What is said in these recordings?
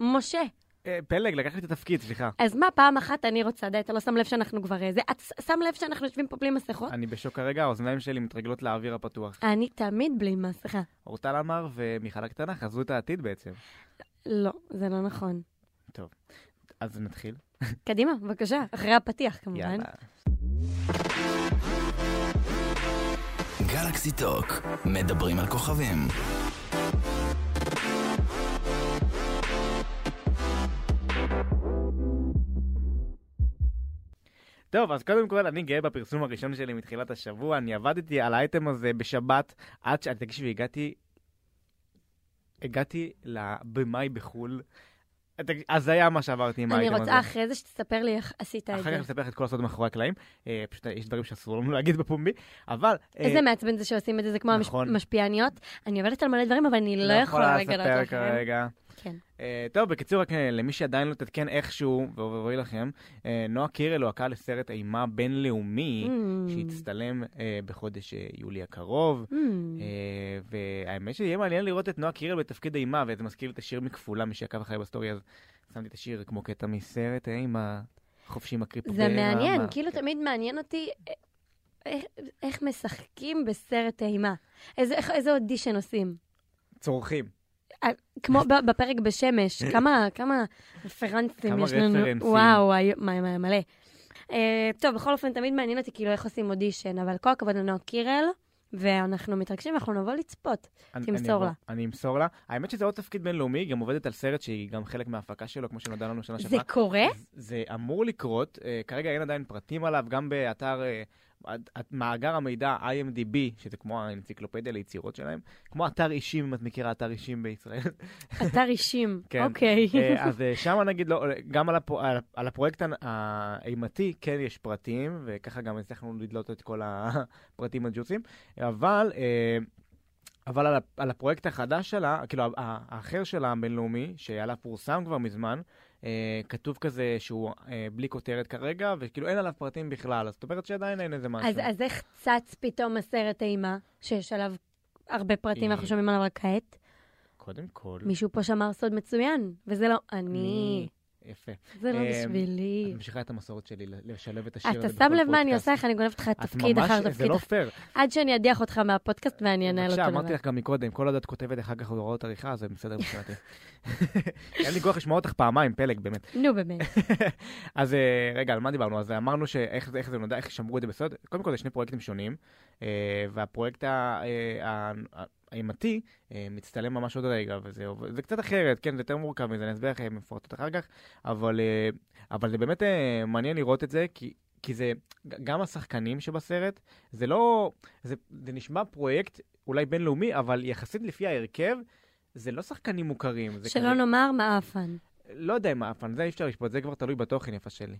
משה. אה, פלג, לקחת את התפקיד, סליחה. אז מה, פעם אחת אני רוצה, די, אתה לא שם לב שאנחנו כבר... אה, זה, את ש- שם לב שאנחנו יושבים פה בלי מסכות? אני בשוק כרגע, האוזניים שלי מתרגלות לאוויר הפתוח. אני תמיד בלי מסכה. אורטל אמר ומיכל הקטנה חזו את העתיד בעצם. לא, זה לא נכון. אז נתחיל. קדימה, בבקשה, אחרי הפתיח כמובן. יאללה. גלקסי טוק, מדברים על כוכבים. טוב, אז קודם כל, אני גאה בפרסום הראשון שלי מתחילת השבוע. אני עבדתי על האייטם הזה בשבת, עד ש... אה, תקשיבי, הגעתי... הגעתי לבמאי בחו"ל. תק- אז זה היה מה שעברתי עם אני האייטם הזה. רוצה אה, אחרי זה שתספר לי איך עשית את אחר כך זה. נספר לך את כל הסוד מאחורי הקלעים. אה, פשוט יש דברים שאסור לנו להגיד בפומבי, אבל... אה, איזה מעצבן זה שעושים את זה, זה כמו נכון. המשפיעניות. אני עובדת על מלא דברים, אבל אני לא יכולה יכולה לגלות לספר לכם. כרגע. כן. אה, טוב, בקיצור, רק אה, למי שעדיין לא תתקן איכשהו, ואוי לכם, אה, נועה קירל הועקה לסרט אימה בינלאומי, Mm. שהצטלם אה, בחודש אה, יולי הקרוב. Mm. אה, והאמת שיהיה מעניין לראות את נועה קירל בתפקיד אימה, וזה מזכיר לי את השיר מכפולה, מי שעקב אחרי בסטורי, אז שמתי את השיר כמו קטע מסרט אה, אימה, חופשים הקריפו. זה מעניין, ברמה. כאילו תמיד מעניין אותי אה, איך- איך משחקים בסרט אימה. איזה- איך- איזה אודישן עושים. צורכים. כמו ב- בפרק בשמש, כמה, כמה רפרנסים כמה יש לנו. רפרנסים. וואו, היו- מה- מה- מלא. אה, טוב, בכל אופן, תמיד מעניין אותי כאילו איך עושים אודישן, אבל כל הכבוד לנועה קירל, ואנחנו מתרגשים, אנחנו נבוא לצפות. אני- תמסור אני- לה. אני אמסור לה. האמת שזה עוד תפקיד בינלאומי, היא גם עובדת על סרט שהיא גם חלק מההפקה שלו, כמו שנודע לנו שנה זה שעברה. קורה? זה- זה אמור לקרות, אה, כרגע אין עדיין פרטים עליו, גם באתר, אה, הד- הד- מאגר המידע IMDB, שזה כמו האנציקלופדיה ליצירות שלהם, כמו אתר אישים, אם את מכירה אתר אישים בישראל. אתר אישים, כן. אוקיי. אה, אז אה, שם נגיד, לא, גם על, הפו, על, על הפרויקט הנ- האימתי כן יש פרטים, וככה גם הצלחנו לדלות את כל הפרטים הג'וסים, אבל... אה, אבל על, ה- על הפרויקט החדש שלה, כאילו ה- ה- האחר שלה, הבינלאומי, שעליו פורסם כבר מזמן, אה, כתוב כזה שהוא אה, בלי כותרת כרגע, וכאילו אין עליו פרטים בכלל, אז זאת אומרת שעדיין אין איזה משהו. אז, אז איך צץ פתאום הסרט אימה, שיש עליו הרבה פרטים, אה. אנחנו שומעים עליו רק כעת? קודם כל, מישהו פה שמר סוד מצוין, וזה לא אני, יפה. זה לא אה, את בשבילי. ממשיכה את המסורת שלי ל- לשלב את השיר הזה אתה בכל שם לב מה אני פודקאסט. עושה, איך אני גונבת לך תפקיד את אחר ממש, זה תפקיד, לא פייר. עד שאני אדיח אותך מהפודקאסט ואני אנהל אותו עכשיו, אמרתי לבד. לך גם מקודם, כל עוד את כותבת אחר כך הוראות עריכה, זה בסדר מבחינתי. אין לי כוח לשמוע אותך פעמיים, פלג, באמת. נו באמת, אז אה, רגע, על מה דיברנו? אז אמרנו שאיך איך זה נודע, איך שמרו את זה בסוד. קודם כל, זה שני פרויקטים שונים, אה, והפרויקט ה- אה, ה- ה- האימתי אה, מצטלם ממש עוד רגע, וזה עובד- זה קצת אחרת, כן, זה יותר מורכב מזה, אני אסביר לכם מפורטות אחר כך, אבל אה, אבל זה באמת אה, מעניין לראות את זה, כי... כי זה, ג- גם השחקנים שבסרט, זה לא, זה, זה נשמע פרויקט אולי בינלאומי, אבל יחסית לפי ההרכב, זה לא שחקנים מוכרים. זה כזה- שלא נאמר מעפן. לא יודע אם האפן, זה אי אפשר לשפוט, זה כבר תלוי בתוכן יפה שלי.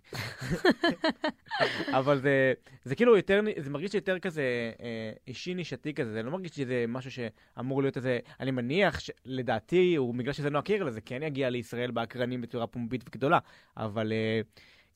אבל זה, זה כאילו יותר, זה מרגיש יותר כזה אה, אישי נישתי כזה, זה לא מרגיש שזה משהו שאמור להיות איזה, אני מניח, ש- לדעתי, הוא בגלל שזה נועה קירל, אז זה כן יגיע לישראל באקרנים בצורה פומבית וגדולה, אבל אה,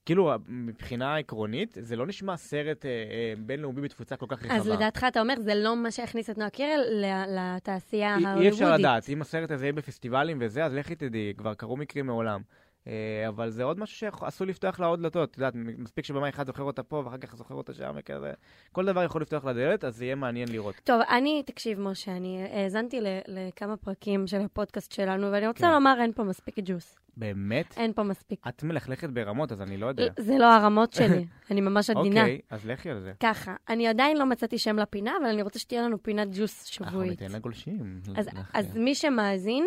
כאילו מבחינה עקרונית, זה לא נשמע סרט אה, אה, בינלאומי בתפוצה כל כך רחבה. אז לדעתך אתה אומר, זה לא מה שהכניס את נועה קירל ל- לתעשייה אי- ההוליוודית. אי אפשר לדעת, אם הסרט הזה יהיה בפסטיבלים וזה, אז לכי תדעי, כבר קרו מקרים מעולם. אה, אבל זה עוד משהו שעשוי לפתוח לה עוד דלתות, את יודעת, מספיק שבמאי אחד זוכר אותה פה ואחר כך זוכר אותה שם וכזה, כל דבר יכול לפתוח לה דלת, אז זה יהיה מעניין לראות. טוב, אני, תקשיב, משה, אני האזנתי ל- לכמה פרקים של הפודקאסט שלנו, ואני רוצה כן. לומר, אין פה מספיק ג'וס. באמת? אין פה מספיק. את מלכלכת ברמות, אז אני לא יודע. זה לא הרמות שלי, אני ממש עדינה. אוקיי, אז לכי על זה. ככה, אני עדיין לא מצאתי שם לפינה, אבל אני רוצה שתהיה לנו פינת ג'וס אנחנו שבועית. ניתן לה גולשים. אז, לך, אז מי שמאזין,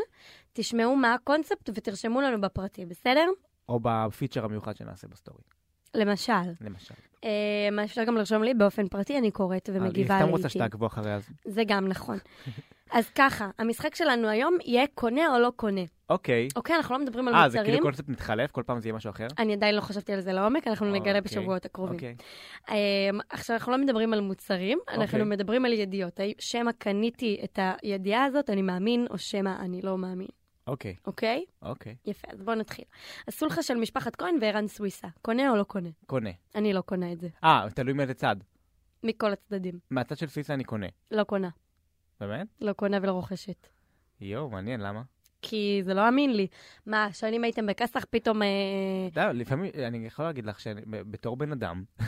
תשמעו מה הקונספט ותרשמו לנו בפרטי, בסדר? או בפיצ'ר המיוחד שנעשה בסטורי, למשל, למשל. אה, מה אפשר גם לרשום לי באופן פרטי, אני קוראת ומגיבה לעיתים. אה, אני סתם רוצה שתעקבו אחריה, אז זה גם נכון. אז ככה, המשחק שלנו היום יהיה קונה או לא קונה. אוקיי. אוקיי, אנחנו לא מדברים על אה, זה מוצרים. כאילו קונספט מתחלף, כל פעם זה יהיה משהו אחר? אני עדיין לא חשבתי על זה לעומק, אנחנו נגלה אוקיי, בשבועות הקרובים. אוקיי. אמ, עכשיו, אנחנו לא מדברים על מוצרים, אנחנו אוקיי. מדברים על ידיעות. האם- שמא קניתי את הידיעה הזאת, אני מאמין, או שמא אני לא מאמין, אוקיי, אוקיי? אוקיי. יפה, אז בואו נתחיל. הסולחה של משפחת כהן וערן סוויסה, קונה או לא קונה? קונה. אני לא קונה את זה, אה, תלוי מאיזה צד. מכל הצדדים. מהצד של סוויסה אני קונה. לא קונה. באמת? לא קונה ולא רוכשת. יואו, מעניין, למה? כי זה לא אמין לי. מה, שנים הייתם בכסח, פתאום... אה, אתה יודע, לפעמים, אני יכול להגיד לך שבתור בן אדם,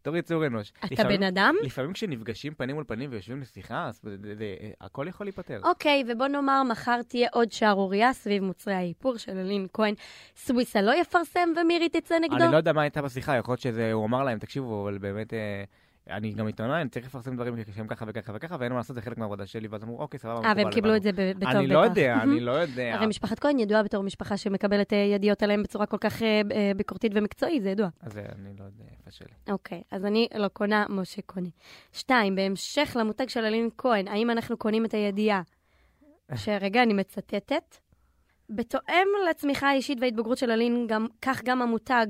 בתור יצור אנוש, אתה לפעמים- בן אדם? לפעמים כשנפגשים פנים מול פנים ויושבים לשיחה, אז זה- זה- זה- הכל יכול להיפתר. אוקיי, ובוא נאמר, מחר תהיה עוד שערורייה סביב מוצרי האיפור של אלין כהן. סוויסה לא יפרסם ומירי תצא נגדו? אני לא יודע מה הייתה בשיחה, יכול להיות שהוא אמר להם, תקשיבו, אבל באמת, אה, אני גם עיתונאי, אני צריך לפרסם דברים שהם ככה וככה וככה, ואין מה לעשות, זה חלק מהעבודה שלי, ואז אמרו, אוקיי, סבבה, אה, והם מקובל, קיבלו הבנו." את זה ב- בטוב בטח. אני לא יודע, מהמם. אני לא יודע. הרי משפחת כהן ידועה בתור משפחה שמקבלת אה, ידיעות עליהם בצורה כל כך אה, ב- אה, ביקורתית ומקצועית, זה ידוע. אז אה, אני לא יודע איפה שלי. אוקיי, אז אני לא קונה, משה קונה. שתיים, בהמשך למותג של אלין כהן, האם אנחנו קונים את הידיעה? שרגע, אני מצטטת. בתואם לצמיחה האישית וההתבגרות של אלין, גם, כך גם המותג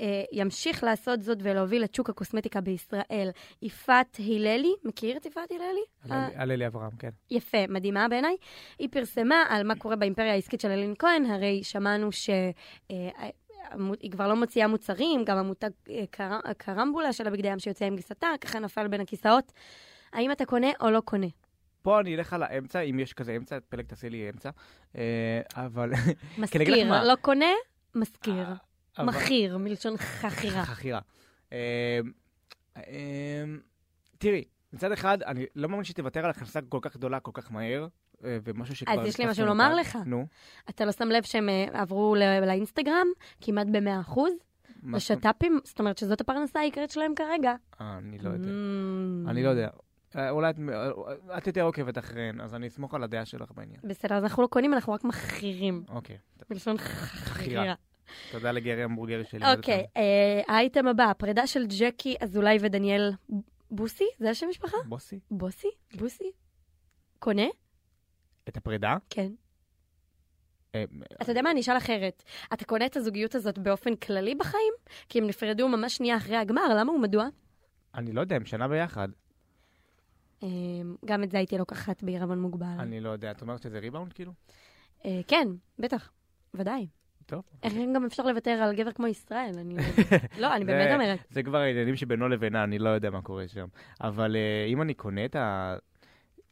אה, ימשיך לעשות זאת ולהוביל את שוק הקוסמטיקה בישראל. יפעת הללי, מכיר את יפעת הללי? אה, על אלי אברהם, כן. יפה, מדהימה בעיניי. היא פרסמה על מה קורה באימפריה העסקית של אלין כהן, הרי שמענו שהיא כבר לא מוציאה מוצרים, גם המותג אה, קר- הקרמבולה של הבגדי ים שיוצא עם גיסתה, ככה נפל בין הכיסאות. האם אתה קונה או לא קונה? כן, פה אני אלך על האמצע, אם יש כזה אמצע, פלג תעשי לי אמצע. אה, אבל... להגיד לך מזכיר, מה? אה, לא קונה, מזכיר. אבל- מכיר, מלשון חכירה. חכירה. אה, אה, תראי, מצד אחד, אני לא מאמין שתוותר על הכנסה כל כך גדולה, כל כך מהר, אה, ומשהו שכבר... אז יש לי נכנס משהו למותג. לומר לך. נו. אתה לא שם לב שהם אה, עברו לא- לאינסטגרם, כמעט ב-100%, מה- לשת"פים, זאת אומרת שזאת הפרנסה העיקרית שלהם כרגע. אה, אני לא יודע. Mm. אני לא יודע. אה, אולי את, אה, את יותר עוקבת אחריהן, אז אני אסמוך על הדעה שלך בעניין. בסדר, אז אנחנו לא קונים, אנחנו רק מכירים. אוקיי. מלשון חכירה. תודה לגרי המבורגרי שלי. אוקיי, אה, האייטם הבא, הפרידה של ג'קי אזולאי ודניאל בוסי, זה השם משפחה? בוסי, בוסי? בוסי? קונה? את הפרידה? כן. אה, אתה יודע מה, אני אשאל אחרת. אתה קונה את הזוגיות הזאת באופן כללי בחיים? כי הם נפרדו ממש שנייה אחרי הגמר, למה ומדוע? אני לא יודע, הם שנה ביחד. אה, גם את זה הייתי לוקחת בעירבון מוגבל. אני לא יודע, את אומרת שזה ריבאונד כאילו? אה, כן, בטח, ודאי. טוב. איך גם אפשר לוותר על גבר כמו ישראל? אני... לא, אני באמת זה- אומרת. זה כבר העניינים שבינו לבינה, אני לא יודע מה קורה שם. אבל אה, אם אני קונה את ה...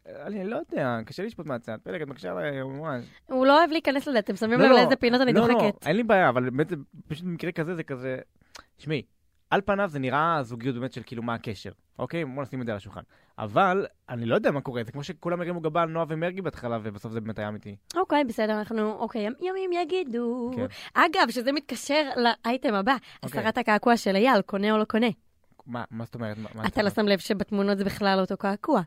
אני לא יודע, קשה לשפוט מהצד. פלג, את מקשה עליי אה, ממש. הוא לא אוהב להיכנס לזה, אתם שמים לא, לב לא. לאיזה פינות אני לא, לא, דוחקת. אין לי בעיה, אבל באמת, זה- פשוט במקרה כזה, זה כזה... שמעי, על פניו זה נראה זוגיות באמת של כאילו מה הקשר, אוקיי? בוא נשים את זה על השולחן. אבל אני לא יודע מה קורה, זה כמו שכולם הרימו גבה על נועה ומרגי בהתחלה, ובסוף זה באמת היה אמיתי. אוקיי, בסדר, אנחנו, אוקיי, ימ- ימים יגידו. כן. אגב, שזה מתקשר לאייטם הבא, אוקיי. הסרת הקעקוע של אייל, קונה או לא קונה. מה מה זאת אומרת? מה- מה אתה לא שם לב שבתמונות זה בכלל לא אותו קעקוע.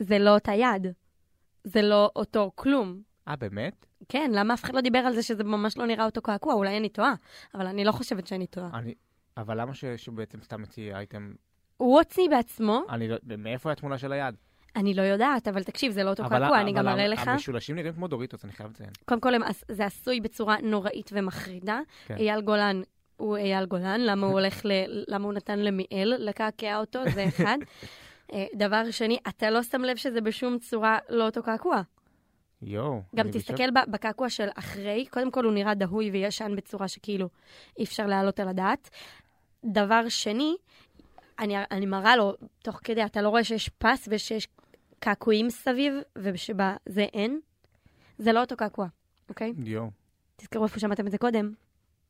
זה לא אותה יד. זה לא אותו כלום. אה, באמת? כן, למה אף אחד לא דיבר על זה שזה ממש לא נראה אותו קעקוע? אולי אני טועה, אבל אני לא חושבת שאני טועה. אני... אבל למה ש- שהוא בעצם סתם הוציא אייטם? הוא הוציא בעצמו, אני לא... מאיפה התמונה של היד? אני לא יודעת, אבל תקשיב, זה לא אותו אבל- קעקוע, אני אבל גם אראה לך. המשולשים נראים כמו דוריטוס, אני חייב לציין. קודם כל, הם עש- זה עשוי בצורה נוראית ומחרידה. כן. אייל גולן הוא אייל גולן, למה הוא הולך ל... למה הוא נתן למיאל לקעקע אותו, זה אחד. אה, דבר שני, אתה לא שם לב שזה בשום צורה לא אותו קעקוע. יואו. גם אני בשוק. תסתכל ב- בקעקוע של אחרי, קודם כל הוא נראה דהוי וישן בצורה שכאילו אי אפשר להעלות על הדעת. דבר שני, אני, אני מראה לו, תוך כדי, אתה לא רואה שיש פס ושיש קעקועים סביב, ובזה אין? זה לא אותו קעקוע, אוקיי? יואו. תזכרו איפה שמעתם את זה קודם,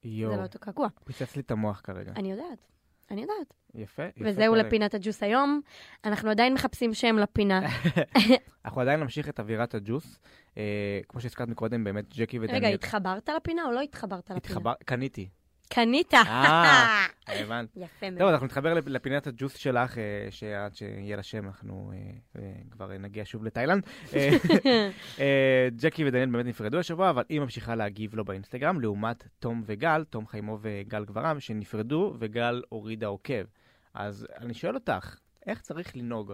זה לא יואו. אותו קעקוע. פיצץ לי את המוח כרגע. אני יודעת, אני יודעת. יפה, יפה. וזהו פרק. לפינת הג'וס היום. אנחנו עדיין מחפשים שם לפינה. אנחנו עדיין נמשיך את אווירת הג'וס. אה, כמו שהזכרת מקודם, באמת, ג'קי רגע, ודניאל. התחברת לפינה או לא התחברת לפינה? התחבר... קניתי. קנית. אה. הבנת. יפה מאוד. טוב, אז אנחנו נתחבר לפ- לפינת הג'וס שלך, אה, שעד שיהיה לה שם, אנחנו אה, אה, כבר אה, נגיע שוב לתאילנד. אה, אה, ג'קי ודניאל באמת נפרדו השבוע, אבל היא ממשיכה להגיב לו באינסטגרם, לעומת תום וגל, תום חיימו וגל גברם, שנפרדו, וגל הורידה עוקב. אז אני שואל אותך, איך צריך לנהוג?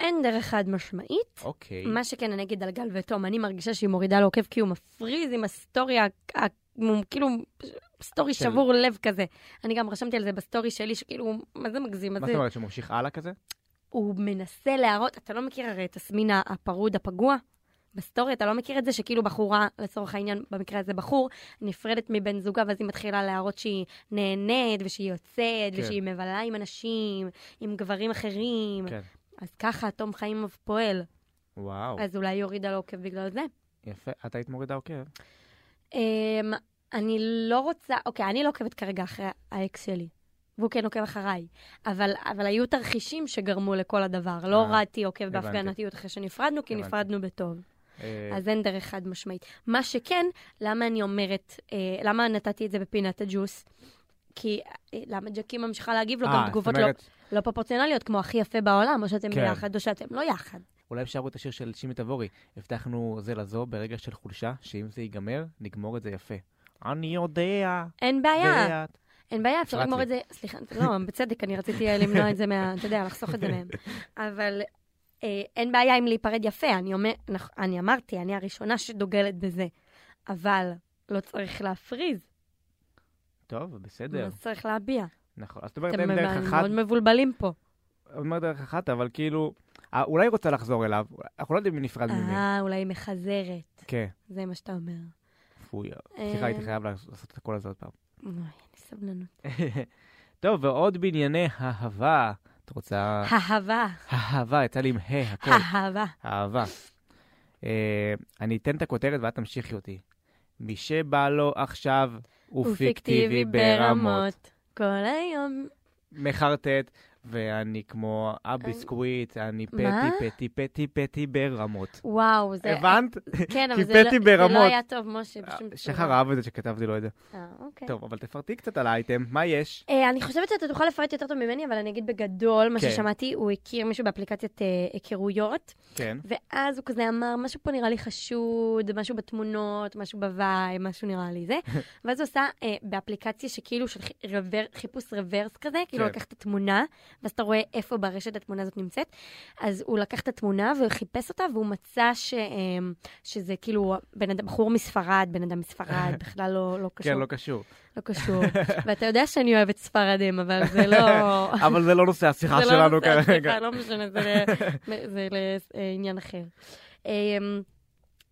אין דרך חד משמעית. אוקיי. מה שכן, אני אגיד על גל ותום, אני מרגישה שהיא מורידה לו עוקב כי הוא מפריז עם הסטורי, ה- ה- הוא כאילו סטורי של- שבור לב כזה. אני גם רשמתי על זה בסטורי שלי, שכאילו, מה זה מגזים? מה זה- זאת אומרת, שהוא ממשיך הלאה כזה? הוא מנסה להראות, אתה לא מכיר הרי את תסמין הפרוד הפגוע? בסטורי אתה לא מכיר את זה שכאילו בחורה, לצורך העניין, במקרה הזה בחור, נפרדת מבן זוגה ואז היא מתחילה להראות שהיא נהנית ושהיא יוצאת כן. כן. ושהיא מבלה עם אנשים, עם גברים אחרים. כן. אז ככה תום חיימוב פועל. וואו, אז אולי היא הורידה לו עוקב בגלל זה. יפה, את היית מורידה עוקב. אמ, אני לא רוצה, אוקיי, אני לא עוקבת כרגע אחרי האקס שלי, והוא כן עוקב אחריי, אבל, אבל היו תרחישים שגרמו לכל הדבר. לא אה, הורדתי עוקב הבנתי. בהפגנתיות אחרי שנפרדנו, כי הבנתי. נפרדנו בטוב. אה, אז אין דרך חד משמעית. מה שכן, למה אני אומרת, אה, למה נתתי את זה בפינת הג'וס? כי אה, למה ג'קי ממשיכה להגיב לו אה, גם זאת תגובות לא, אומרת, לא פרופורציונליות, כמו הכי יפה בעולם, או שאתם כן. יחד או שאתם לא יחד. אולי אפשר לראות את השיר של שימי תבורי. הבטחנו זה לזו ברגע של חולשה, שאם זה ייגמר, נגמור את זה יפה. אני יודע, אין בעיה, ואת... אין בעיה, אפשר הפרעת לגמור לי. את זה, סליחה, לא, בצדק, אני רציתי אה, למנוע את זה מה, אתה יודע, לחסוך את זה מהם. אבל אה, אין בעיה עם להיפרד יפה, אני, אומר, נכ- אני אמרתי, אני הראשונה שדוגלת בזה, אבל לא צריך להפריז, טוב, בסדר. אז צריך להביע. נכון. אז את אומרת, אתם אין דרך אחת, מאוד מבולבלים פה. אומרת דרך אחת, אבל כאילו, אה, אולי היא רוצה לחזור אליו, אנחנו לא יודעים מי נפרד ממי. אה, אולי היא מחזרת, כן. זה מה שאתה אומר. פוי, סליחה, הייתי אה, חייב לעשות את הקול הזה עוד פעם. אוי, אין לי סבלנות. טוב, ועוד בענייני אהבה. את רוצה... אהבה, אהבה, יצא לי עם ה, הכל. אהבה. אהבה. אה, אני אתן את הכותרת ואת תמשיכי אותי. מי שבא לו עכשיו הוא פיקטיבי ברמות. כל היום. מחרטט, ואני כמו הביסקוויט, אני מה? פטי, פטי, פטי, פטי ברמות. וואו, זה... הבנת? כן, אבל כי זה לא- פטי זה לא ברמות. אה, היה טוב, משה, בשום צורה. שחר אהב את זה שכתבתי לו את זה. אה, אוקיי. טוב, אבל תפרטי קצת על האייטם, מה יש? אה, אני חושבת שאתה תוכל לפרט יותר טוב ממני, אבל אני אגיד בגדול, מה כן. ששמעתי, הוא הכיר מישהו באפליקציית אה, היכרויות, כן. ואז הוא כזה אמר, משהו פה נראה לי חשוד, משהו בתמונות, משהו בוואי, משהו נראה לי זה. ואז הוא עשה אה, באפליקציה שכאילו של חי- רוור, חיפוש רוורס כזה, כאילו כן. לקח את התמונה, ואז אתה רואה איפה ברשת התמונה הזאת נמצאת. אז הוא לקח את התמונה וחיפש אותה, והוא מצא ש, אה, שזה כאילו בן אדם, בחור מספרד, בן אדם מספרד, בכלל לא, לא קשור. כן, לא קשור. לא קשור. ואתה יודע שאני אוהבת ספרדים, אבל זה לא... אבל זה לא נושא השיחה זה לא שלנו נושא השיחה, כרגע. לא משנה, זה ל- זה לעניין אחר. אמ,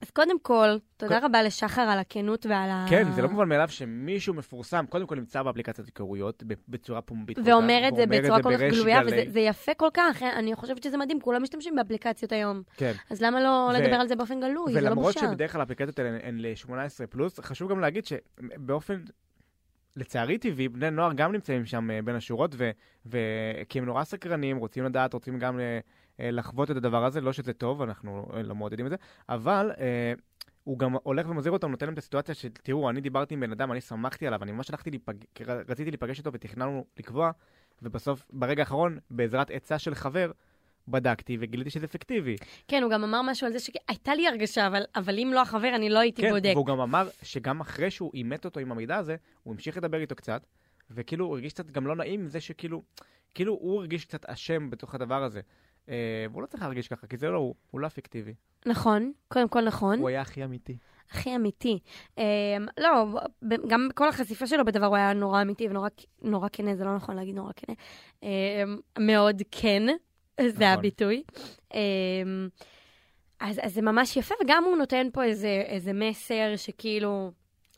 אז קודם כל, תודה רבה לשחר על הכנות ועל ה... כן, זה לא מובן מאליו שמישהו מפורסם, קודם כל נמצא באפליקציית היכרויות ב- בצורה פומבית. כל כך, ואומר את זה בצורה כל כך בריש גלויה, גלי. וזה זה יפה כל כך, אה, אני חושבת שזה מדהים, כולם משתמשים באפליקציות היום. כן. אז למה לא ו- לדבר על זה באופן גלוי? זה לא ולמרות בושה. שבדרך כלל האפליקציות האלה הן ל-18 פלוס, חשוב גם להגיד שבאופן, לצערי טבעי, בני נוער גם נמצאים שם אה, בין השורות, ו- ו- כי הם נורא סקרנים, רוצים לדעת, רוצים גם אה, לחוות את הדבר הזה, לא שזה טוב, אנחנו אה, לא מעודדים את זה, אבל... אה, הוא גם הולך ומזהיר אותם, נותן להם את הסיטואציה של, תראו, אני דיברתי עם בן אדם, אני שמחתי עליו, אני ממש הלכתי להיפג... רציתי להיפגש איתו ותכננו לקבוע, ובסוף, ברגע האחרון, בעזרת עצה של חבר, בדקתי וגיליתי שזה פיקטיבי. כן, הוא גם אמר משהו על זה שהייתה לי הרגשה, אבל- אבל אם לא החבר, אני לא הייתי בודק. כן, והוא גם אמר שגם אחרי שהוא אימת אותו עם המידע הזה, הוא המשיך לדבר איתו קצת, וכאילו הוא הרגיש קצת גם לא נעים עם זה שכאילו, כאילו הוא הרגיש קצת אשם בתוך הדבר הזה. אה, והוא לא צריך להרגיש ככה, כי זה לא הוא, הוא לא הפיקטיבי. נכון, קודם כל נכון. הוא היה הכי אמיתי. הכי אמיתי. Um, לא, ב- גם כל החשיפה שלו בדבר הוא היה נורא אמיתי ונורא נורא כנה, זה לא נכון להגיד נורא כנה. Um, מאוד כן, זה נכון. הביטוי. Um, אז, אז זה ממש יפה, וגם הוא נותן פה איזה, איזה מסר שכאילו,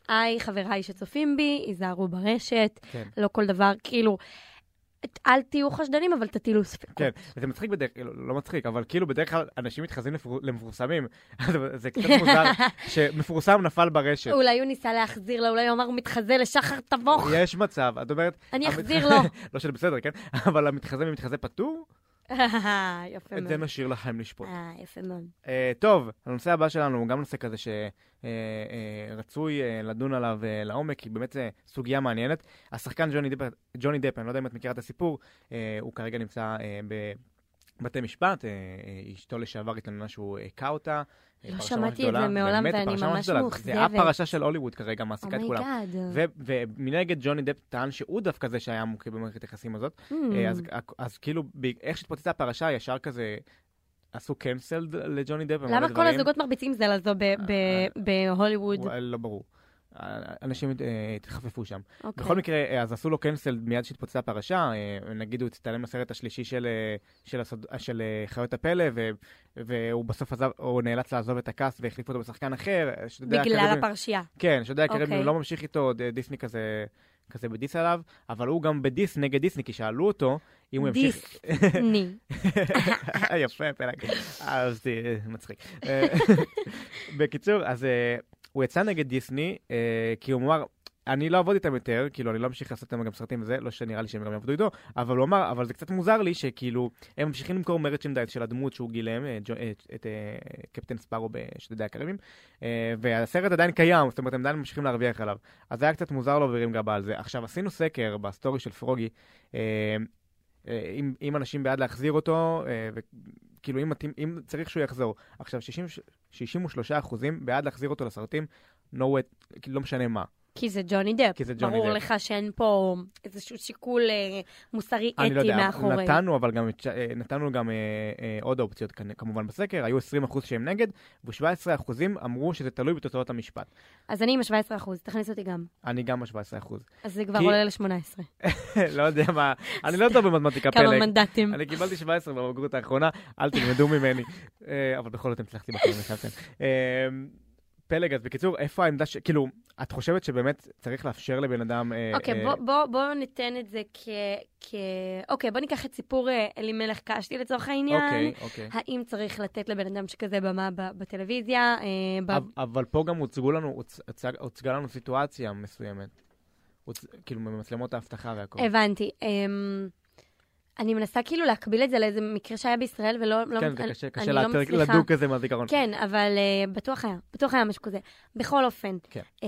היי, חבריי שצופים בי, היזהרו ברשת, כן. לא כל דבר, כאילו, את- אל תהיו חשדנים, אבל תטילו ספקות. כן, וזה מצחיק בדרך כלל, לא מצחיק, אבל כאילו בדרך כלל אנשים מתחזים לפר- למפורסמים, אז זה קצת מוזר שמפורסם נפל ברשת. אולי הוא ניסה להחזיר לה, אולי הוא אמר, הוא מתחזה לשחר תבוך, יש מצב, את אומרת, אני המתח- אחזיר לו. לא שזה בסדר, כן? אבל המתחזה ממתחזה פטור, יפה מאוד. את זה נשאיר לכם לשפוט. אה, יפה מאוד. אה, טוב, הנושא הבא שלנו הוא גם נושא כזה שרצוי לדון עליו אה, לעומק, כי באמת זו סוגיה מעניינת. השחקן ג'וני דפ, ג'וני דפ, אני לא יודע אם את מכירה את הסיפור, אה, הוא כרגע נמצא אה, בבתי משפט, אה, אה, אשתו לשעבר התלוננה שהוא הכה אותה. אה, לא פרשה ממש שמעתי את גדולה, זה מעולם, באמת, ואני פרשה ממש ממש Oh גדולה. זה מאוכזבת. הפרשה של הוליווד כרגע, מעסיקה את כולם. אומייגאד. ו- ומנגד ג'וני דפ טען שהוא דווקא זה שהיה מוכה במערכת היחסים הזאת. Mm. אה, Hmm. אז, אז כאילו, ב- איך שהתפוצצה הפרשה, ישר כזה עשו קנסלד לג'וני דפ. ומלא למה כל דברים. הזוגות מרביצים זה לזו ב- ב- בהוליווד? אה, וואי, לא ברור. אה, אנשים אה, התחפפו שם. אוקיי. בכל מקרה, אה, אז עשו לו קנסל מיד שהתפוצצה הפרשה, אה, נגיד הוא הצטלם לסרט השלישי של, אה, של, הסוד, אה, של אה, חיות הפלא, ו, והוא בסוף עזב, הוא נאלץ לעזוב את הכס והחליף אותו בשחקן אחר. אה, שדודיה בגלל הקרמי- הפרשייה. כן, שיודע, הקרמי אוקיי. הוא לא ממשיך איתו, ד- דיסני כזה כזה בדיס עליו, אבל הוא גם בדיס נגד דיסני, כי שאלו אותו אם הוא ימשיך... דיס. ני. אה, יפה, פלג. אז זה מצחיק. אה, בקיצור, אז אה, הוא יצא נגד דיסני, אה, כי הוא אמר, אני לא אעבוד איתם יותר, כאילו, אני לא אמשיך לעשות איתם גם סרטים וזה, לא שנראה לי שהם גם יעבדו איתו, אבל הוא אמר, אבל זה קצת מוזר לי שכאילו, הם ממשיכים למכור מרצ'נדייז של הדמות שהוא גילם, אה, ג'ו- אה, את אה, קפטן ספארו בשדדי הקרבים, אה, והסרט עדיין קיים, זאת אומרת, הם עדיין ממשיכים להרוויח עליו. אז זה היה קצת מוזר לו והרים גבה על זה. עכשיו, עשינו סקר בסטורי של פרוגי, אה, אה, אם, אם אנשים בעד להחזיר אותו, אה, וכאילו אם, מתאים- אם צריך שהוא יחזור. עכשיו, 60, 63 אחוזים בעד להחזיר אותו לסרטים, no way, כאילו לא משנה מה. כי זה ג'וני דפ. כי זה ג'וני ברור דפ. לך שאין פה איזשהו שיקול אה, מוסרי אני לא אתי יודע, מאחורי. נתנו אבל גם, את ש- אה, נתנו גם אה, אה, עוד אופציות כנ- כמובן בסקר, היו 20 אחוז שהם נגד, ו-17 אחוזים אמרו שזה תלוי בתוצאות המשפט. אז אני עם ה-17 אחוז, תכניס אותי גם. אני גם ב-17 אחוז. אז זה כבר כי- עולה ל-18. לא יודע מה, אני לא טוב במתמטיקה פלג. כמה מנדטים. אני קיבלתי 17 בבגרות האחרונה, אל תלמדו ממני. אה, אבל בכל זאת הצלחתי בחיים, נכנסתם. פלג, אז בקיצור, איפה העמדה ש... כאילו, את חושבת שבאמת צריך לאפשר לבן אדם... אה, אוקיי, אה, בוא- בוא- בוא ניתן את זה כ... כ- אוקיי, בוא ניקח את סיפור אה, אלימלך קשתי לצורך העניין. אוקיי, אוקיי. האם צריך לתת לבן אדם שכזה במה ב- בטלוויזיה? אה, ב- אב- אבל פה גם הוצגו לנו, הוצ- הוצג- הוצגה לנו סיטואציה מסוימת. הוצ- כאילו, ממצלמות האבטחה אה, והכל. הבנתי. אמ, אני מנסה כאילו להקביל את זה לאיזה מקרה שהיה בישראל, ולא... לא- כן, זה אני- קשה, אני קשה לא לאתר- מצליחה. לדוג כזה מהזיכרון. כן, אבל uh, בטוח היה, בטוח היה משהו כזה. בכל אופן, כן. um,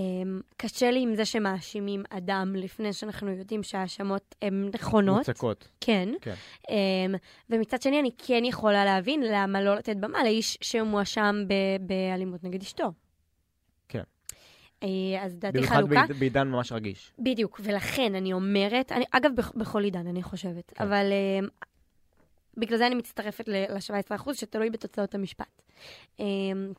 קשה לי עם זה שמאשימים אדם לפני שאנחנו יודעים שההאשמות הן נכונות. מוצקות. כן. כן. Um, ומצד שני, אני כן יכולה להבין למה לא לתת במה לאיש שמואשם ב- באלימות נגד אשתו. כן. Uh, אז דעתי במיוחד חלוקה. בעיד- בעידן ממש רגיש. בדיוק, ולכן אני אומרת, אני, אגב, בכ, בכל עידן, אני חושבת, כן. כן. אבל um, בגלל זה אני מצטרפת ל-17%, שתלוי בתוצאות המשפט. Um,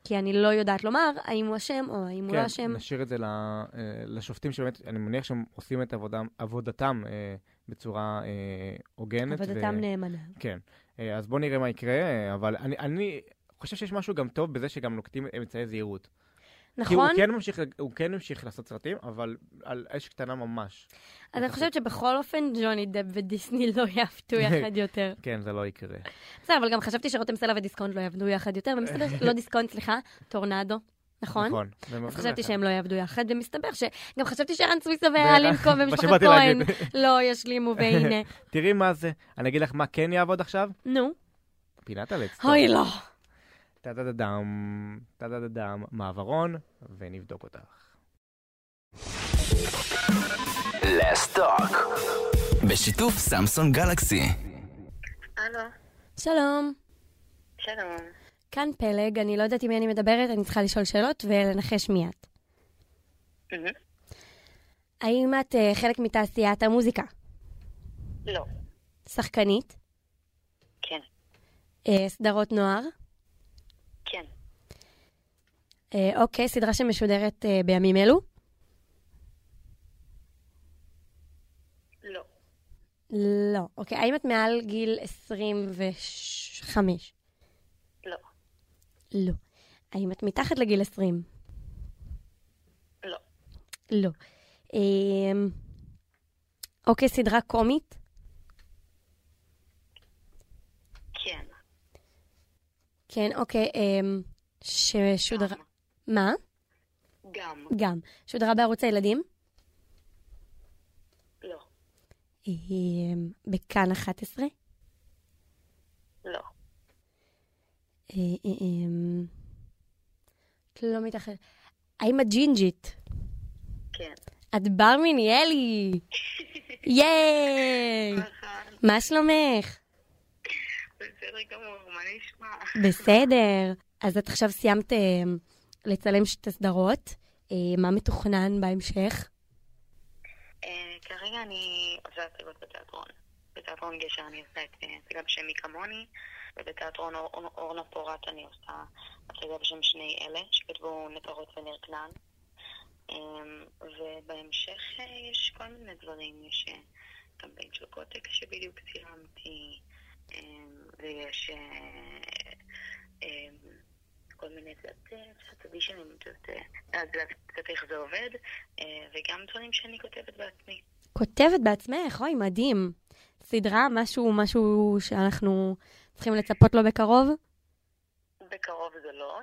כי אני לא יודעת לומר האם הוא אשם או האם הוא לא אשם. כן, נשאיר את זה ל- אה, לשופטים שבאמת, אני מניח שהם עושים את עבודם- עבודתם אה, בצורה אה, הוגנת. ו- עבודתם נאמנה. כן. אה, אז בואו נראה מה יקרה, אה, אבל אני- אני חושב שיש משהו גם טוב בזה שגם נוקטים אמצעי זהירות. כי הוא נכון? כן ממשיך- הוא כן המשיך לעשות סרטים, אבל על אש קטנה ממש. אז נכון. אני חושבת שבכל אופן ג'וני דב ודיסני לא יעבדו יחד יותר. כן, זה לא יקרה. בסדר, אבל גם חשבתי שרותם סלע ודיסקונט לא יעבדו יחד יותר, ומסתבר, לא דיסקונט, סליחה, טורנדו, נכון? נכון. אז חשבתי שהם לא יעבדו יחד, ומסתבר שגם חשבתי שערן סוויסה ואלינקו ואלינקו ומשפחת כהן לא ישלימו, והנה, תראי מה זה. אני אגיד לך מה כן יעבוד עכשיו? נו, פינת הלץ. אוי לא. טה-טה-דם, טה-טה-דם, מעברון, ונבדוק אותך. בשיתוף סמסון גלקסי. הלו, שלום, שלום. כאן פלג, אני לא יודעת עם מי אני מדברת, אני צריכה לשאול שאלות ולנחש מי את. מהמם. האם את אה, חלק מתעשיית המוזיקה? לא, שחקנית? כן, אה, סדרות נוער? כן, אה, אוקיי, סדרה שמשודרת אה, בימים אלו? לא, לא. אוקיי, האם את מעל גיל 25? לא, לא. האם את מתחת לגיל 20? לא, לא. אמ, אוקיי, סדרה קומית? כן. כן, אוקיי, אמ, ששודרה... מה? גם, גם. שודרה בערוץ הילדים? לא, אמ, בכאן 11? לא, אה, אה, אמ, את לא מתאחרת. האם את ג'ינג'ית? כן. את בר מניאלי! ייי! נכון, מה שלומך? בסדר גמור, מה נשמע? בסדר. אז את עכשיו סיימת אה, לצלם את הסדרות. אה, מה מתוכנן בהמשך? אה, כרגע אני עושה הצגות בתיאטרון. בתיאטרון גשר אני עושה את אה, הצגה בשם מי כמוני, ובתיאטרון אור- אור- אורנה פורת אני עושה הצגה בשם שני אלה, שכתבו נטרות וניר כנען. אה, ובהמשך אה, יש כל מיני דברים, יש אה, קמפיין של קוטק שבדיוק אמ, צילמתי, אה, ויש אה, אה, כל מיני קצת סטובישנים, אה, קצת איך זה עובד, אה, וגם דברים שאני כותבת בעצמי. כותבת בעצמך, אוי, מדהים. סדרה, משהו, משהו שאנחנו צריכים לצפות לו בקרוב? בקרוב זה לא,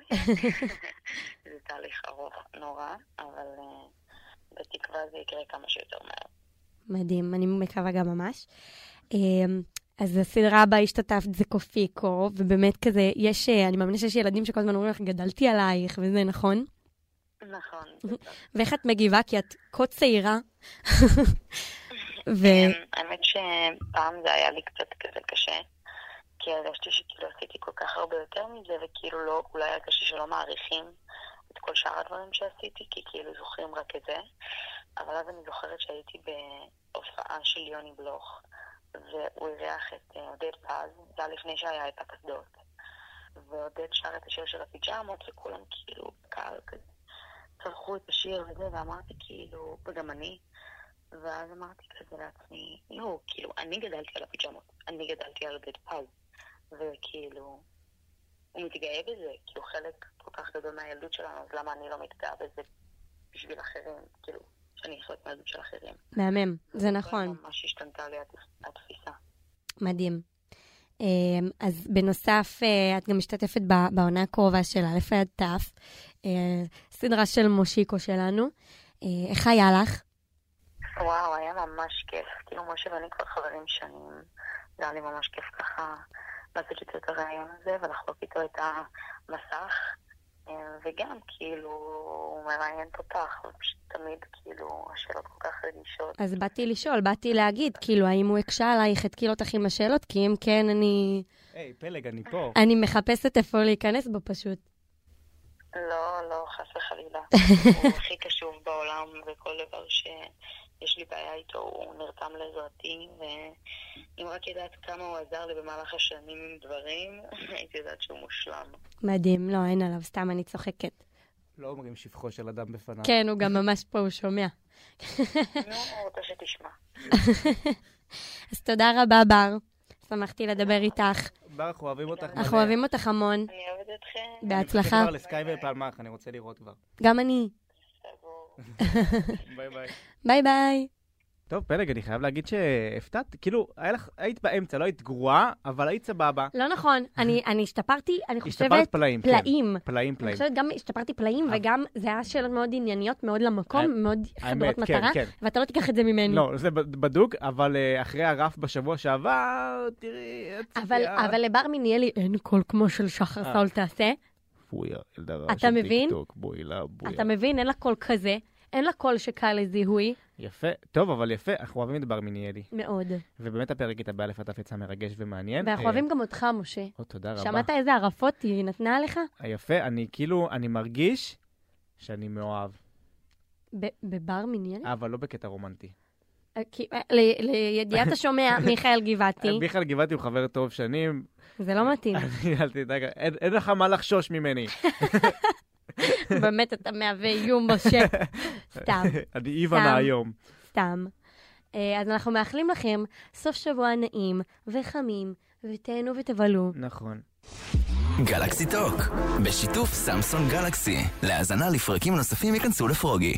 זה תהליך ארוך נורא, אבל אה, בתקווה זה יקרה כמה שיותר מהר. מדהים, אני מקווה גם ממש. אמ, אז הסדרה הבאה השתתפת זה קופיקו, ובאמת כזה, יש, אה, אני מאמינה שיש ילדים שכל הזמן אומרים לך, גדלתי עלייך, וזה נכון. נכון. זה טוב. ואיך את מגיבה? כי את כה צעירה. ו... אמ, האמת שפעם זה היה לי קצת כזה קשה, כי הרגשתי שכאילו עשיתי כל כך הרבה יותר מזה, וכאילו לא, אולי הרגשתי שלא מעריכים את כל שאר הדברים שעשיתי, כי כאילו זוכרים רק את זה. אבל אז אני זוכרת שהייתי בהופעה של יוני בלוך, והוא אירח את אה, עודד פז, זה היה לפני שהיה את הקסדות. ועודד שר את השיר של הפיג'מות, וכולם כאילו, קהל כזה, צרכו את השיר וזה, ואמרתי כאילו, וגם אני, ואז אמרתי כזה לעצמי, יואו, כאילו, אני גדלתי על הפיג'מות, אני גדלתי על עודד פז, וכאילו, הוא מתגאה בזה, כאילו חלק כל כך גדול מהילדות שלנו, אז למה אני לא מתגאה בזה בשביל אחרים, כאילו, שאני חלק מהילדות של אחרים. מהמם, זה נכון, ממש השתנתה לי התפ- התפיסה. מדהים. אמ, אז בנוסף, אה, את גם משתתפת ב- בעונה הקרובה של א' עד ת', אה, סדרה של מושיקו שלנו. אה, איך היה לך? וואו, היה ממש כיף. כאילו, משה ואני כבר חברים שנים. זה היה לי ממש כיף ככה לעשות איתו את הרעיון הזה ולחלוק איתו את המסך. אה, וגם, כאילו, הוא מראיין תותח, ופשוט תמיד, כאילו, השאלות כל כך רגישות. אז באתי לשאול, באתי להגיד, כאילו, האם הוא הקשה עלייך, התקיל אותך עם השאלות? כי אם כן, אני... היי, פלג, אני פה. אני מחפשת איפה להיכנס בו פשוט. לא, לא, חס וחלילה. הוא הכי קשוב בעולם, וכל דבר שיש לי בעיה איתו, הוא נרתם לעזרתי, ואם רק ידעת כמה הוא עזר לי במהלך השנים עם דברים, הייתי יודעת שהוא מושלם. מדהים, לא, אין עליו, סתם אני צוחקת. לא אומרים שבחו של אדם בפניו. כן, הוא גם ממש פה, הוא שומע. נו, הוא רוצה שתשמע. אז תודה רבה, בר. שמחתי לדבר איתך. בר, אנחנו אוהבים אותך. כן. אנחנו אוהבים אותך המון. אני אוהבת אתכם. בהצלחה. כבר לסקאי ולפלמח, אני רוצה לראות כבר. גם אני. סגור. ביי ביי. ביי ביי. טוב, פלג, אני חייב להגיד שהפתעת, כאילו, היה לך- היית באמצע, לא היית גרועה, אבל היית סבבה. לא נכון, אני, אני השתפרתי, אני השתפרת חושבת, פלאים, כן. פלאים. פלאים, אני פלאים. חושבת גם השתפרתי פלאים, אה. וגם זה היה שאלות מאוד ענייניות, מאוד למקום, האמת, מאוד חדורות כן, מטרה, כן. ואתה לא תיקח את זה ממני. לא, זה בד- בדוק, אבל אה, אחרי הרף בשבוע שעבר, תראי, את אבל, צפייה. אבל לברמין יהיה לי אין קול כמו של שחר אה. סאול תעשה. בויה, ילדה רעה אתה מבין? טיקטוק, בואי לה, בויה. אתה מבין? אין לה קול כזה, אין לה קול שקל לזיהוי, יפה, טוב, אבל יפה, אנחנו אוהבים את בר מניאלי. מאוד. ובאמת, ובאמת הפרק איתה באלף עד אף יצא מרגש ומעניין. ואנחנו אה, אוהבים גם אותך, משה. או, תודה רבה. שמעת איזה ערפות היא נתנה לך? יפה, אני כאילו, אני מרגיש שאני מאוהב, ב- בבר מניין? אבל לא בקטע רומנטי. אה, כי- אה, ל- לידיעת השומע, מיכאל גבעתי, מיכאל גבעתי הוא חבר טוב שנים, זה לא מתאים. אני, אל תדאג, אין אין לך מה לחשוש ממני. באמת, אתה מהווה איום, משה. סתם, אני איוונה היום. סתם. אה, אז אנחנו מאחלים לכם סוף שבוע נעים וחמים, ותהנו ותבלו. נכון. גלקסי טוק, בשיתוף סמסון גלקסי. להאזנה לפרקים נוספים ייכנסו לפרוגי.